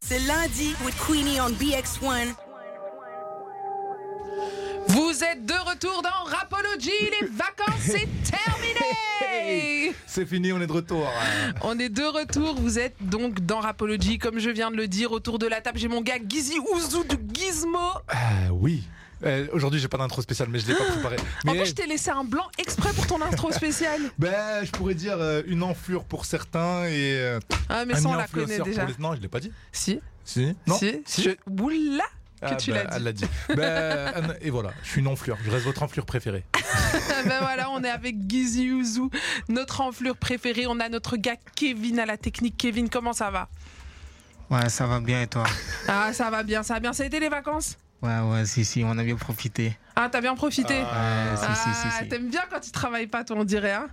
C'est lundi with Queenie on BX1. Vous êtes de retour dans Rapology, les vacances c'est terminé C'est fini, on est de retour. On est de retour, vous êtes donc dans Rapology, comme je viens de le dire, autour de la table, j'ai mon gars Gizzy Ouzou du Gizmo. Ah oui. Euh, Aujourd'hui, j'ai pas d'intro spéciale, mais je l'ai pas préparé. En Mais fait, je t'ai laissé un blanc exprès pour ton intro spéciale. ben, je pourrais dire euh, une enflure pour certains et euh, Ah, mais un ça, on la influenceur connaît pour déjà. les- Non, je l'ai pas dit. Si, Si Non si, Si. je... Oula que Ah, tu ben, l'as Elle dit. l'a dit. Ben, Anne- et voilà, je suis une enflure. Je reste votre enflure préférée. Ah ben voilà, on est avec Gizzy Ouzou, notre enflure préférée. On a notre gars Kevin à la technique. Kevin, comment ça va Ouais, ça va bien et toi Ah, ça va bien, ça va bien. Ça a été les vacances Ouais, ouais, si, si, on a bien profité. Ah, t'as bien profité Ouais, si, si, si, Ah, si. T'aimes bien quand tu travailles pas, toi, on dirait. Hein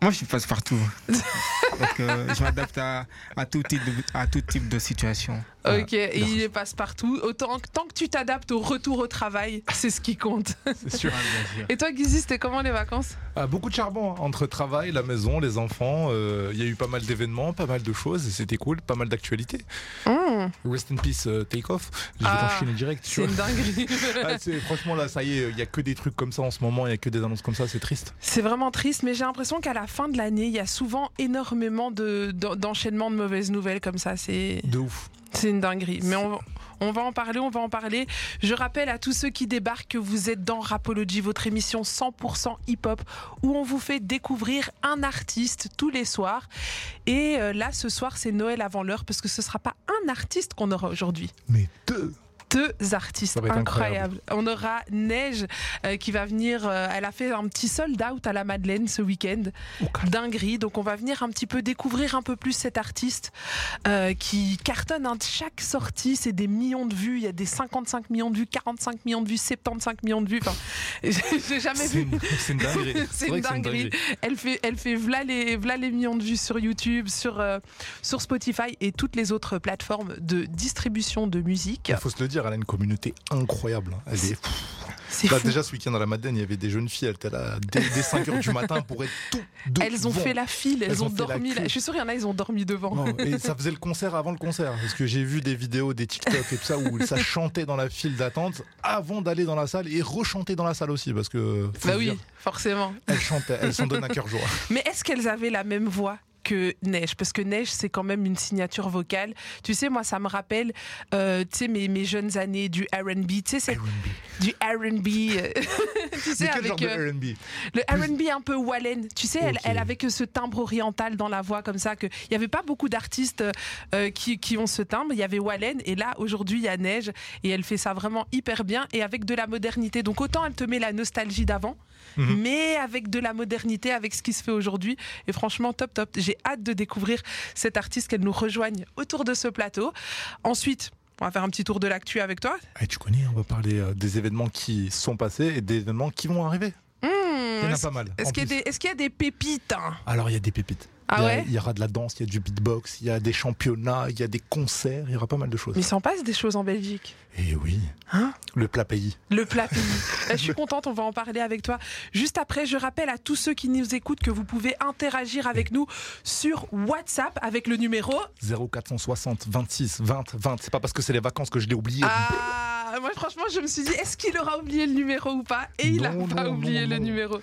Moi, je passe partout. Donc, euh, je m'adapte à, à, tout type de- à tout type de situation. Ouais. ok, et il les passe partout. Autant que- tant que tu t'adaptes au retour au travail, c'est ce qui compte. C'est sûr. Ouais, Ah, bien sûr. Et toi, Guizy, c'était comment les vacances Ah, beaucoup de charbon hein, entre travail, la maison, les enfants. euh, Il y a eu pas mal d'événements, pas mal de choses et c'était cool, pas mal d'actualités. Mmh, Rest in peace, euh, take off. J'ai Ah, enchaîné direct. tu C'est vois. une dinguerie. Ah, c'est- franchement, là, ça y est, il y a que des trucs comme ça en ce moment, il y a que des annonces comme ça, c'est triste. c'est vraiment triste, mais j'ai l'impression qu'à la fin de l'année, il y a souvent énormément de- d'en- d'enchaînements de, mauvaises nouvelles comme ça. C'est De ouf. c'est une dinguerie. Mais on, on va en parler, on va en parler. Je rappelle à tous ceux qui débarquent que vous êtes dans Rapology, votre émission 100% hip-hop, où on vous fait découvrir un artiste tous les soirs. Et euh, là, ce soir, c'est Noël avant l'heure, parce que ce sera pas un artiste qu'on aura aujourd'hui. Mais deux. Deux artistes Ça va être incroyables. On incroyable. aura Neige euh, qui va venir. euh, elle a fait un petit sold out à la Madeleine ce week-end Oh, calme. dinguerie. Donc on va venir un petit peu découvrir un peu plus cet artiste euh, qui cartonne. hein. Chaque sortie, c'est des millions de vues. Il y a des 55 millions de vues, 45 millions de vues, 75 millions de vues. Enfin, j'ai j'ai jamais C'est vu. une, c'est une dinguerie. Ah, C'est vrai une que dinguerie. Elle fait, elle fait v'là les, v'là les millions de vues sur YouTube, sur, euh, sur Spotify et toutes les autres plateformes de distribution de musique. Il faut se le dire, elle a une communauté incroyable. hein. Elle est- pff. C'est Là, fou. déjà, ce week-end à la Madeleine, il y avait des jeunes filles, elles étaient là dès, 5h du matin pour être tout devant. Elles ont fait la file, elles, Elles ont, ont fait la dormi. là. queue. Je suis sûre, il y en a, ils ont dormi devant. Non, et ça faisait le concert avant le concert. Parce que j'ai vu des vidéos, des TikTok et tout ça, où ça chantait dans la file d'attente avant d'aller dans la salle et rechanter dans la salle aussi. Parce que. faut Bah le oui, dire, forcément. Elles chantaient, elles s'en donnent à cœur joie. Mais est-ce qu'elles avaient la même voix que Neige Parce que Neige, c'est quand même une signature vocale. Tu sais, moi, ça me rappelle, euh, tu sais, mes, mes jeunes années du R&B. Tu sais, c'est du R&B. euh, tu sais, Eh Mais quel genre avec euh, de RB le R&B un peu Wallen. Tu sais, elle, Ok. elle avait que ce timbre oriental dans la voix, comme ça. que- Il n'y avait pas beaucoup d'artistes euh, qui, qui ont ce timbre. Il y avait Wallen. Et là, aujourd'hui, il y a Neige. Et elle fait ça vraiment hyper bien et avec de la modernité. Donc, autant elle te met la nostalgie d'avant Mhm. mais avec de la modernité, avec ce qui se fait aujourd'hui. Et franchement, top, top. J'ai hâte de découvrir cette artiste, qu'elle nous rejoigne autour de ce plateau. Ensuite, on va faire un petit tour de l'actu avec toi. Eh, tu connais, on va parler euh, des événements qui sont passés et des événements qui vont arriver. Mmh, Il y en a Est-ce pas mal. est-ce en qu'il y, a plus. des- est-ce qu'il y a des pépites hein Alors, il y a des pépites. Ah il, y a- ouais il y aura de la danse, il y a du beatbox, il y a des championnats, il y a des concerts, il y aura pas mal de choses. Mais il s'en passe des choses en Belgique. Et oui. Hein Le plat pays. Le plat fini. Eh, Je suis contente, on va en parler avec toi. Juste après, je rappelle à tous ceux qui nous écoutent que vous pouvez interagir avec nous sur WhatsApp avec le numéro 0460 26 20 20. C'est pas parce que c'est les vacances que je l'ai oublié. Ah, moi franchement, je me suis dit, est-ce qu'il aura oublié le numéro ou pas Et il n'a Non, pas non, oublié le non, non. Eh. numéro.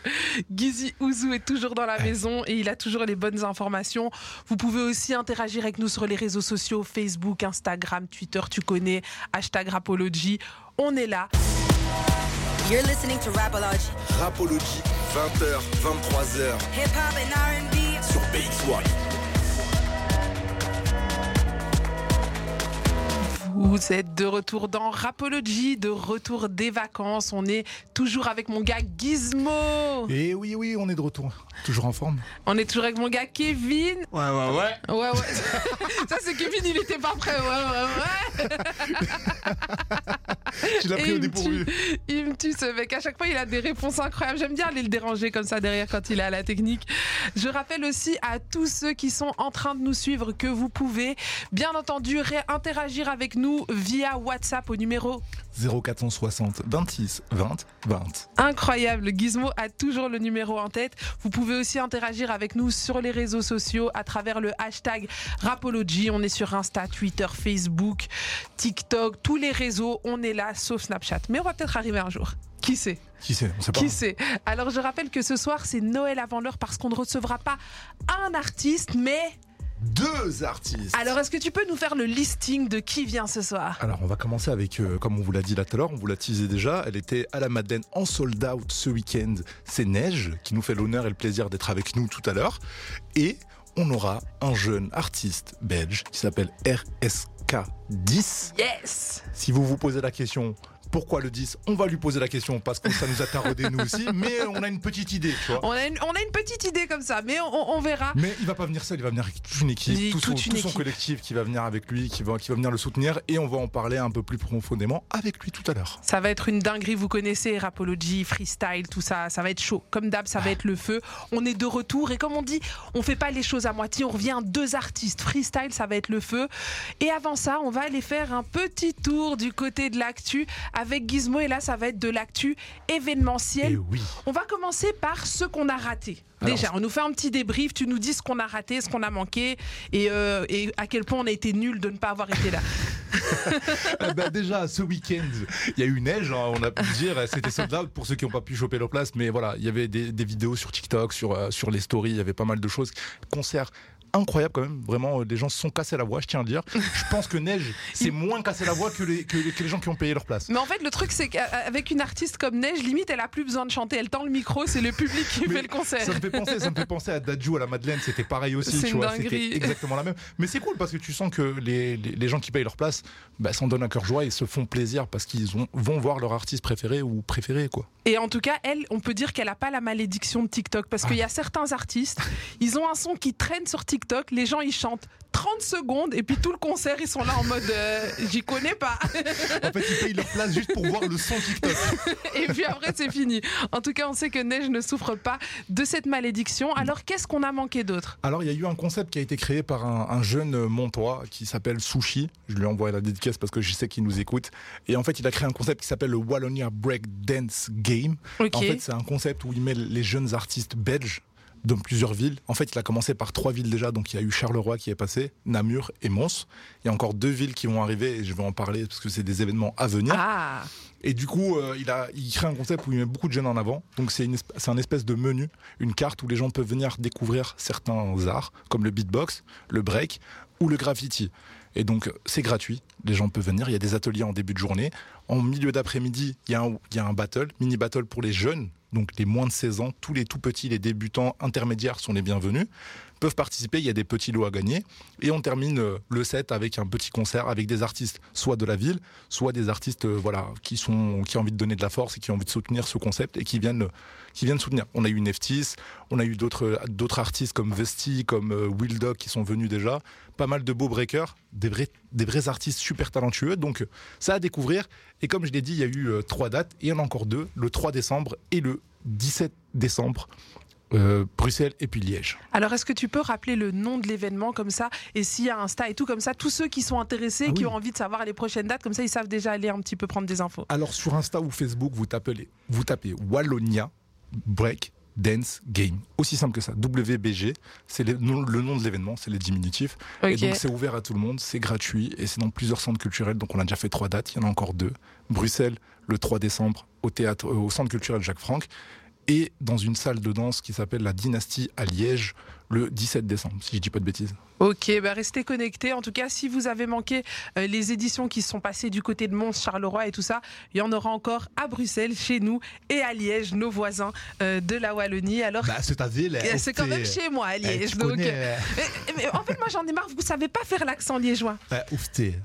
Gizi Ouzou est toujours dans la maison et il a toujours les bonnes informations. Vous pouvez aussi interagir avec nous sur les réseaux sociaux, Facebook, Instagram, Twitter, tu connais, hashtag Rapology. On est là. You're listening to Rapology, Rapology, 20h, 23h hip hop and R&B. sur BX1. Vous êtes de retour dans Rapology, de retour des vacances. On est toujours avec mon gars Gizmo. Et oui, oui, on est de retour. Toujours en forme. On est toujours avec mon gars Kevin. Ouais, ouais, ouais. Ouais, ouais. Ça, c'est Kevin, il était pas prêt. Ouais, ouais, ouais. Tu l'as Et pris il, au me dépourvu. tue, il me tue ce mec. À chaque fois, il a des réponses incroyables. J'aime bien aller le déranger comme ça derrière quand il est à la technique. Je rappelle aussi à tous ceux qui sont en train de nous suivre que vous pouvez, bien entendu, interagir avec nous via WhatsApp au numéro 0460 26 20 20. Incroyable, Gizmo a toujours le numéro en tête. Vous pouvez aussi interagir avec nous sur les réseaux sociaux à travers le hashtag Rapology. On est sur Insta, Twitter, Facebook, TikTok, tous les réseaux, on est là, sauf Snapchat. Mais on va peut-être arriver un jour. Qui sait Qui sait On sait pas. Qui sait Alors je rappelle que ce soir c'est Noël avant l'heure parce qu'on ne recevra pas un artiste, mais... Deux artistes. Alors est-ce que tu peux nous faire le listing de qui vient ce soir Alors, on va commencer avec, euh, comme on vous l'a dit là tout à l'heure, on vous l'a teasé déjà, elle était à la Madeleine en sold out ce week-end. C'est Neige qui nous fait l'honneur et le plaisir d'être avec nous tout à l'heure. Et on aura un jeune artiste belge qui s'appelle RSK10. Yes Si vous vous posez la question, pourquoi le 10 On va lui poser la question parce que ça nous a taraudé nous aussi, mais on a une petite idée, tu vois. on a, une, on a une petite idée comme ça, mais on- on verra. Mais il va pas venir seul, il va venir avec toute une équipe, Il- tout, son, toute une tout son équipe. collectif qui va venir avec lui, qui va, qui va venir le soutenir, et on va en parler un peu plus profondément avec lui tout à l'heure. Ça va être une dinguerie, vous connaissez, Rapology, freestyle, tout ça, ça va être chaud. Comme d'hab, ça va être le feu. On est de retour et comme on dit, on fait pas les choses à moitié, on revient deux artistes. Freestyle, ça va être le feu. Et avant ça, on va aller faire un petit tour du côté de l'actu avec Gizmo et là, ça va être de l'actu événementielle. oui. On va commencer par ce qu'on a raté. Alors, Déjà, on nous fait un petit débrief, tu nous dis ce qu'on a raté, ce qu'on a manqué et, euh, et à quel point on a été nul de ne pas avoir été là. Ah bah déjà, ce week-end, il y a eu neige, hein, on a pu le dire, c'était sold out pour ceux qui n'ont pas pu choper leur place, mais voilà, il y avait des, des vidéos sur TikTok, sur, euh, sur les stories, il y avait pas mal de choses. Concert incroyable quand même, vraiment, euh, les gens se sont cassés la voix, je tiens à le dire. Je pense que neige, c'est moins cassé la voix que les, que les- que les gens qui ont payé leur place. Mais en fait, le truc, c'est qu'avec une artiste comme Neige, limite, elle a plus besoin de chanter. Elle tend le micro, c'est le public qui Mais fait le concert. Ça me fait penser, ça me fait penser à Dadju à la Madeleine, c'était pareil aussi, C'est tu une vois, c'était dinguerie. exactement la même. Mais c'est cool parce que tu sens que les, les- les gens qui payent leur place, bah, s'en donnent à cœur joie et se font plaisir parce qu'ils ont- vont voir leur artiste préféré ou préféré quoi. Et en tout cas, elle, on peut dire qu'elle n'a pas la malédiction de TikTok. Parce qu'il y a certains artistes, ils ont un son qui traîne sur TikTok. Les gens, ils chantent 30 secondes. Et puis tout le concert, ils sont là en mode euh, j'y connais pas. En fait, ils payent leur place juste pour voir le son TikTok. Et puis après, c'est fini. En tout cas, on sait que Neige ne souffre pas de cette malédiction. Alors, qu'est-ce qu'on a manqué d'autre Alors, il y a eu un concept qui a été créé par un, un jeune euh, montois qui s'appelle Sushi. Je lui ai envoyé la dédicace parce que je sais qu'il nous écoute. Et en fait, il a créé un concept qui s'appelle le Wallonia Break Dance Game. Ok. En fait, c'est un concept où il met les jeunes artistes belges dans plusieurs villes. En fait, il a commencé par trois villes déjà. Donc, il y a eu Charleroi qui est passé, Namur et Mons. Il y a encore deux villes qui vont arriver et je vais en parler parce que c'est des événements à venir. Ah, Et du coup, euh, il, a, il crée un concept où il met beaucoup de jeunes en avant. Donc, c'est une esp- c'est un espèce de menu, une carte où les gens peuvent venir découvrir certains arts, comme le beatbox, le break ou le graffiti. Et donc, c'est gratuit. Les gens peuvent venir. Il y a des ateliers en début de journée. En milieu d'après-midi, il, y a un- il y a un battle, mini battle pour les jeunes, donc les moins de 16 ans. Tous les tout petits, les débutants intermédiaires sont les bienvenus. Peuvent participer. Il y a des petits lots à gagner. Et on termine euh, le set avec un petit concert avec des artistes, soit de la ville, soit des artistes euh, voilà, qui, sont, qui ont envie de donner de la force et qui ont envie de soutenir ce concept et qui viennent, qui viennent soutenir. On a eu Neftis, on a eu d'autres d'autres artistes comme Vesti, comme euh, Will Dog qui sont venus déjà. Pas mal de beaux breakers, des vrais, des vrais artistes super talentueux. Donc euh, ça à découvrir. Et comme je l'ai dit, il y a eu euh, trois dates et il y en a encore deux, le 3 décembre et le 17 décembre. euh, Bruxelles et puis Liège. Alors, est-ce que tu peux rappeler le nom de l'événement comme ça Et s'il y a Insta et tout comme ça, tous ceux qui sont intéressés, Ah qui oui. ont envie de savoir les prochaines dates, comme ça, ils savent déjà aller un petit peu prendre des infos. Alors sur Insta ou Facebook, vous tapez, vous tapez Wallonia Break Dance Game. Aussi simple que ça. WBG, c'est le nom, le nom de l'événement, c'est les diminutifs. Et donc c'est ouvert à tout le monde, c'est gratuit et c'est dans plusieurs centres culturels. Donc on a déjà fait trois dates, il y en a encore deux. Bruxelles, le 3 décembre, au, théâtre, euh, au centre culturel Jacques Franck. Et dans une salle de danse qui s'appelle la Dynastie à Liège, le 17 décembre, si je dis pas de bêtises. Ok, bah restez connectés. En tout cas, si vous avez manqué euh, les éditions qui se sont passées du côté de Mons, Charleroi et tout ça, il y en aura encore à Bruxelles, chez nous, et à Liège, nos voisins euh, de la Wallonie. Alors, Bah, euh, c'est ta ville. c'est quand même chez eh, moi, à Liège. donc, hein. euh, mais- mais en fait, moi, j'en ai marre. Vous savez pas faire l'accent liégeois. bah,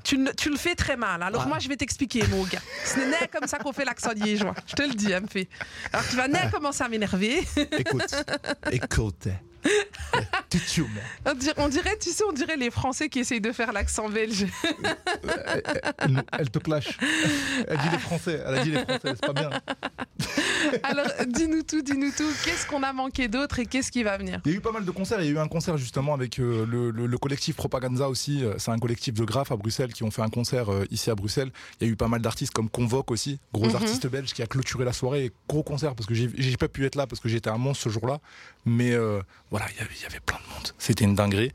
Tu, ne- tu le fais très mal. Alors moi, je vais t'expliquer, mon gars. Ce n'est pas comme ça qu'on fait l'accent liégeois. Je te le dis, me fait. Alors tu vas naître commencer à m'énerver. Écoute, écoute. On dirait, on dirait, tu sais, on dirait les Français qui essayent de faire l'accent belge. Elle, elle te clash. Elle dit les Français. Elle a dit les Français. C'est pas bien. Alors, dis-nous tout, dis-nous tout. Qu'est-ce qu'on a manqué d'autre et qu'est-ce qui va venir Il y a eu pas mal de concerts. Il y a eu un concert justement avec euh, le, le- le collectif Propaganza aussi. Euh, C'est un collectif de graphes à Bruxelles qui ont fait un concert euh, ici à Bruxelles. Il y a eu pas mal d'artistes comme Convoque aussi, gros Mhm. artiste belge qui a clôturé la soirée. Et Gros concert parce que j'ai- j'ai pas pu être là parce que j'étais à Mons ce jour-là. Mais euh, voilà, il y, avait, il y avait plein de monde. C'était une dinguerie.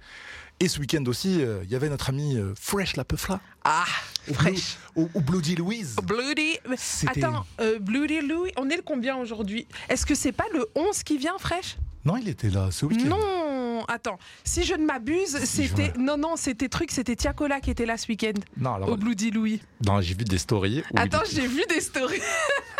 Et ce week-end aussi, euh, il y avait notre ami euh, Fresh la Peufla Ah, au, Fresh. Blue- au- au Bloody Louise. Bloody. C'était- Attends, euh, Bloody Louis, on est le combien aujourd'hui Est-ce que c'est pas le 11 qui vient, fraîche Non, il était là ce week-end. Non Attends, si je ne m'abuse, Si, c'était. Non, non, c'était truc, c'était Tiakola qui était là ce week-end, Non, alors au Bloody Louis. non, j'ai vu des stories. où il Attends, était- j'ai vu des stories.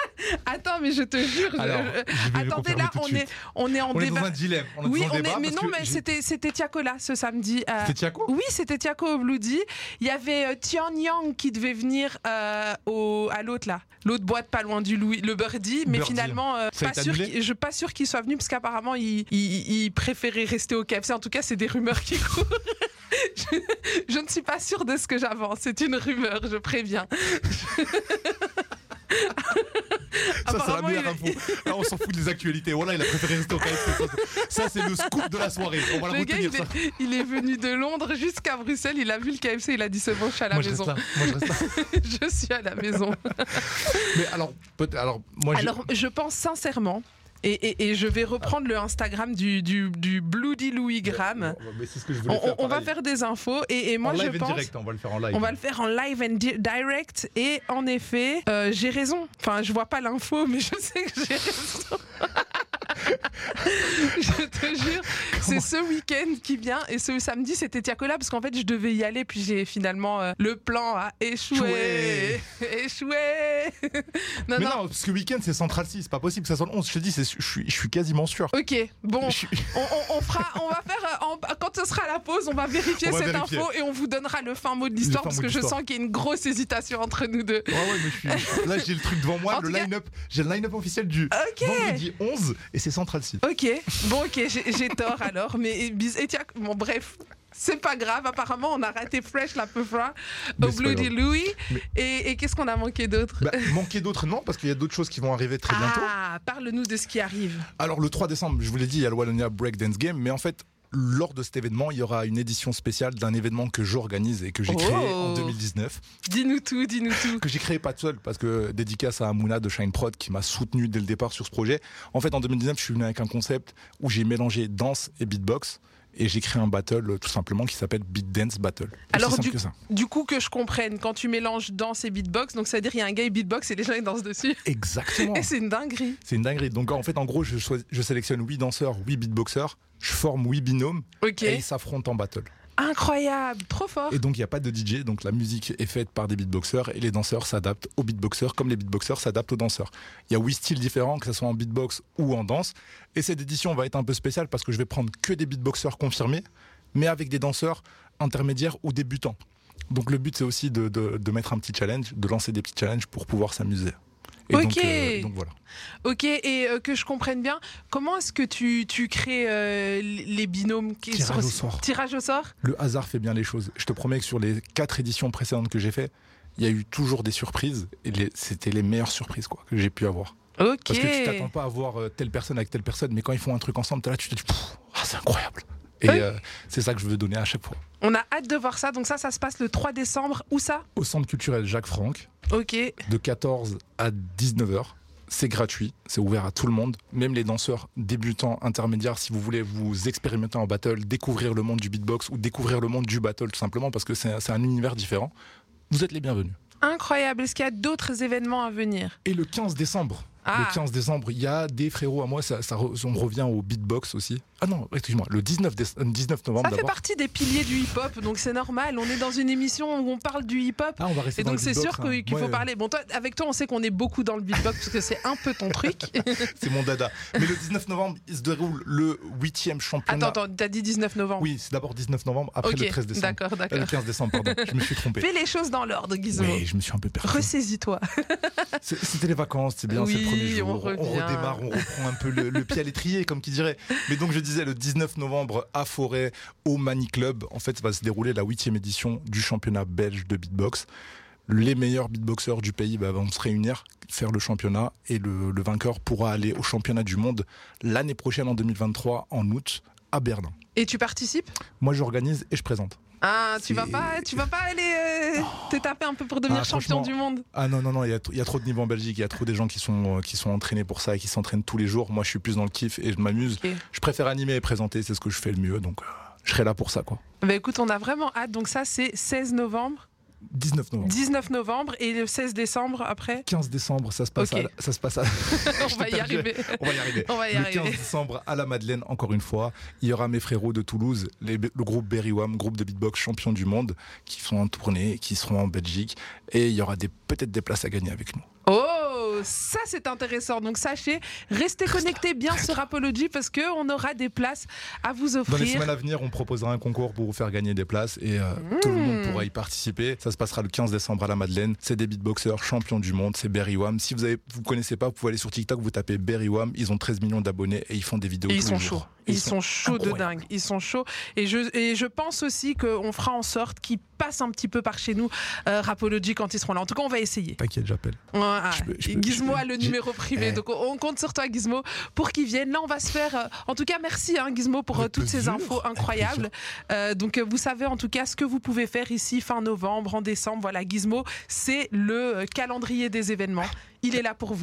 Attends, mais je te jure. je- Alors, je- je vais le Attendez, confirmer là, tout de on est, suite. on est en on est débat. dans un dilemme. On est oui, dans un on débat est. Mais parce non, que mais j'ai- c'était c'était Tiakola ce samedi. euh, C'était Tiako Oui, c'était Tiako au Bloody. Il y avait euh, Tian Yang qui devait venir euh, au, à l'autre là, l'autre boîte pas loin du Louis, le Birdie, mais Birdie. hein. finalement euh, Ça a pas été sûr, annulé qu'il- je pas sûr qu'il soit venu parce qu'apparemment il, il- il préférait rester au KFC. En tout cas, c'est des rumeurs qui courent. Je, je ne suis pas sûre de ce que j'avance. C'est une rumeur, je préviens. Ça, c'est la Apparemment, meilleure il- info. Là, on s'en fout des actualités. Voilà, il a préféré rester au KFC. Ça, c'est le scoop de la soirée. On va la Le gars, retenir, il ça. est, il est venu de Londres jusqu'à Bruxelles. Il a vu le KFC. Il a dit c'est bon, je suis à la Moi, je reste maison. là. Moi, je reste là. je suis à la maison. Mais alors, peut- alors moi, j'ai- Alors, je pense sincèrement, et, et- et je vais reprendre le Instagram du, du, du Bloody Louis Graham. Mais c'est ce que je On, voulais faire. on va pareil. faire des infos, et, et moi en je live et pense. direct. On va le faire en live. On va le faire en live and di- direct et en effet, euh, j'ai raison. Enfin, je vois pas l'info, mais je sais que j'ai raison. je te jure, c'est ce week-end qui vient et ce samedi c'était Tiakola parce qu'en fait je devais y aller puis j'ai finalement euh, le plan a échoué, échoué. non Mais non, non, parce que week-end, c'est Central 6. C'est pas possible que ça soit le 11. Je te dis, c'est- je suis, je suis quasiment sûr. Ok, bon, Je suis- on, on- on fera, on va faire, euh, en- quand ce sera la pause, on va vérifier On va cette vérifier. info et on vous donnera le fin mot de Le l'histoire fin parce mot que de je l'histoire. sens qu'il y a une grosse hésitation entre nous deux. Ouais, ouais, mais je suis- je- Là, j'ai le truc devant moi, En le tout cas- line-up. J'ai le line-up officiel du Ok. vendredi 11 et c'est Central 6. Ok, bon, ok, j'ai j'ai tort alors, mais bis- et tiens, bon, bref. C'est pas grave, apparemment on a raté Fresh la peu froid Mais au c'est pas Bloody Louis. Et, et qu'est-ce qu'on a manqué d'autre Bah, manquer d'autres, non, parce qu'il y a d'autres choses qui vont arriver très bientôt. Ah, parle-nous de ce qui arrive. Alors le 3 décembre, je vous l'ai dit, il y a le Wallonia Breakdance Game, mais en fait, lors de cet événement, il y aura une édition spéciale d'un événement que j'organise et que j'ai créé Oh. en 2019. Dis-nous tout, dis-nous tout. Que j'ai créé pas tout seul, parce que dédicace à Amouna de Shine Prod qui m'a soutenu dès le départ sur ce projet. En fait, en 2019, je suis venu avec un concept où j'ai mélangé danse et beatbox. Et j'ai créé un battle euh, tout simplement qui s'appelle Beat Dance Battle. Aussi Alors, simple que ça. Du coup, que je comprenne, quand tu mélanges danse et beatbox, donc c'est-à-dire il y a un gars qui beatbox et les gens ils dansent dessus. Exactement. Et c'est une dinguerie. C'est une dinguerie. Donc en fait, en gros, je, choisis- je sélectionne 8 danseurs, 8 beatboxers, je forme 8 binômes Ok. et ils s'affrontent en battle. Incroyable, trop fort. Et donc, il n'y a pas de DJ, donc la musique est faite par des beatboxers et les danseurs s'adaptent aux beatboxers comme les beatboxers s'adaptent aux danseurs. Il y a huit styles différents, que ce soit en beatbox ou en danse. Et cette édition va être un peu spéciale parce que je vais prendre que des beatboxers confirmés, mais avec des danseurs intermédiaires ou débutants. Donc, le but, c'est aussi de, de- de mettre un petit challenge, de lancer des petits challenges pour pouvoir s'amuser. Et donc, Ok. euh, donc voilà. Ok, et euh, que je comprenne bien, comment est-ce que tu, tu crées euh, les binômes qui Tirage sont- au sort. Tirage au sort Le hasard fait bien les choses. Je te promets que sur les quatre éditions précédentes que j'ai fait, il y a eu toujours des surprises et les- c'était les meilleures surprises quoi, que j'ai pu avoir. Ok. Parce que tu t'attends pas à voir euh, telle personne avec telle personne, mais quand ils font un truc ensemble, t'es là, tu te dis, Pff, ah, c'est incroyable. Et Oui. euh, c'est ça que je veux donner à chaque fois. On a hâte de voir ça. Donc ça, ça se passe le 3 décembre. Où ça Au centre culturel Jacques Franck, Ok. de 14 à 19h. C'est gratuit, c'est ouvert à tout le monde, même les danseurs débutants, intermédiaires, si vous voulez vous expérimenter en battle, découvrir le monde du beatbox ou découvrir le monde du battle tout simplement parce que c'est c'est un univers différent, vous êtes les bienvenus. Incroyable. Est-ce qu'il y a d'autres événements à venir Et le 15 décembre, Ah. Le 15 décembre, il y a des frérots à moi, ça, ça re- on revient au beatbox aussi. Ah non, excuse-moi, le 19, déce- euh, 19 novembre Ça fait d'abord. partie des piliers du hip-hop, donc c'est normal. On est dans une émission où on parle du hip-hop. Ah, on va rester Et dans donc le c'est beatbox, sûr hein. que- qu'il faut Ouais, parler. Bon, toi, avec toi, on sait qu'on est beaucoup dans le beatbox parce que c'est un peu ton truc. C'est mon dada. Mais le 19 novembre, il se déroule le 8e championnat. attends, attends, t'as dit 19 novembre. Oui, c'est d'abord 19 novembre, après ok, le 13 décembre. d'accord, Euh, le d'accord. 15 décembre, pardon, je me suis trompé. Fais les choses dans l'ordre, Gizmo. Oui, je me suis un peu perdu. Ressaisis-toi. C'est- C'était les vacances, c'est bien, c'est Oui, le premier jour. on revient. redémarre, on reprend un peu le, le pied à l'étrier, comme qui dirait. Mais donc, je disais, le 19 novembre à Forêt, au Mani Club, en fait, va se dérouler la huitième édition du championnat belge de beatbox. Le- les meilleurs beatboxers du pays bah, vont se réunir, faire le championnat et le, le vainqueur pourra aller au championnat du monde l'année prochaine en 2023 en août à Berlin. Et tu participes Moi j'organise et je présente. Ah, tu C'est- Oh. vas pas, tu vas pas aller euh, te taper un peu pour devenir Ah, champion franchement. du monde. Ah non, non, non, il y, a t- il y a trop de niveaux en Belgique, il y a trop des gens qui sont, euh, qui sont entraînés pour ça et qui s'entraînent tous les jours. Moi je suis plus dans le kiff et je m'amuse. Ok. Je préfère animer et présenter, c'est ce que je fais le mieux, donc euh, je serai là pour ça. quoi. Bah écoute, on a vraiment hâte. Donc ça, c'est 16 novembre, 19 novembre. 19 novembre et le 16 décembre après, 15 décembre, ça se passe Ok. à- ça se passe à- on va y perdu. arriver. On va y arriver. On va y le 15 arriver. décembre à la Madeleine, encore une fois, il y aura mes frérots de Toulouse, les- le groupe Berry Wham, groupe de beatbox champion du monde, qui sont en tournée, qui seront en Belgique, et il y aura des- peut-être des places à gagner avec nous. Oh, ça c'est intéressant. Donc sachez, restez connectés bien sur Apology parce que on aura des places à vous Dans les offrir. semaines à venir, on proposera un concours pour vous faire gagner des places, et euh, Hmm. tout le monde pourra y participer. Ça se passera le 15 décembre à la Madeleine. C'est des beatboxers champions du monde, c'est Berry Wham. Si vous ne vous connaissez pas, vous pouvez aller sur TikTok, vous tapez Berry Wham, ils ont 13 millions d'abonnés et ils font des vidéos Et tous ils sont les chauds. jours. Ils, sont, chauds de incroyables. dingue. Ils sont chauds. Et je, et je pense aussi qu'on fera en sorte qu'ils passent un petit peu par chez nous, euh, Rapology, quand ils seront là. En tout cas, on va essayer. T'inquiète, j'appelle. Ouais, ouais. Je peux- je Et peux- Gizmo je a peux- le j'ai- numéro privé. Eh. Donc on- on compte sur toi, Gizmo, pour qu'ils viennent. Là, on va se faire. euh, en tout cas, merci, hein, Gizmo, pour euh, Avec toutes ces plaisir. infos Avec incroyables. Euh, donc euh, vous savez, en tout cas, ce que vous pouvez faire ici fin novembre, en décembre. Voilà, Gizmo, c'est le euh, calendrier des événements. Il est là pour vous.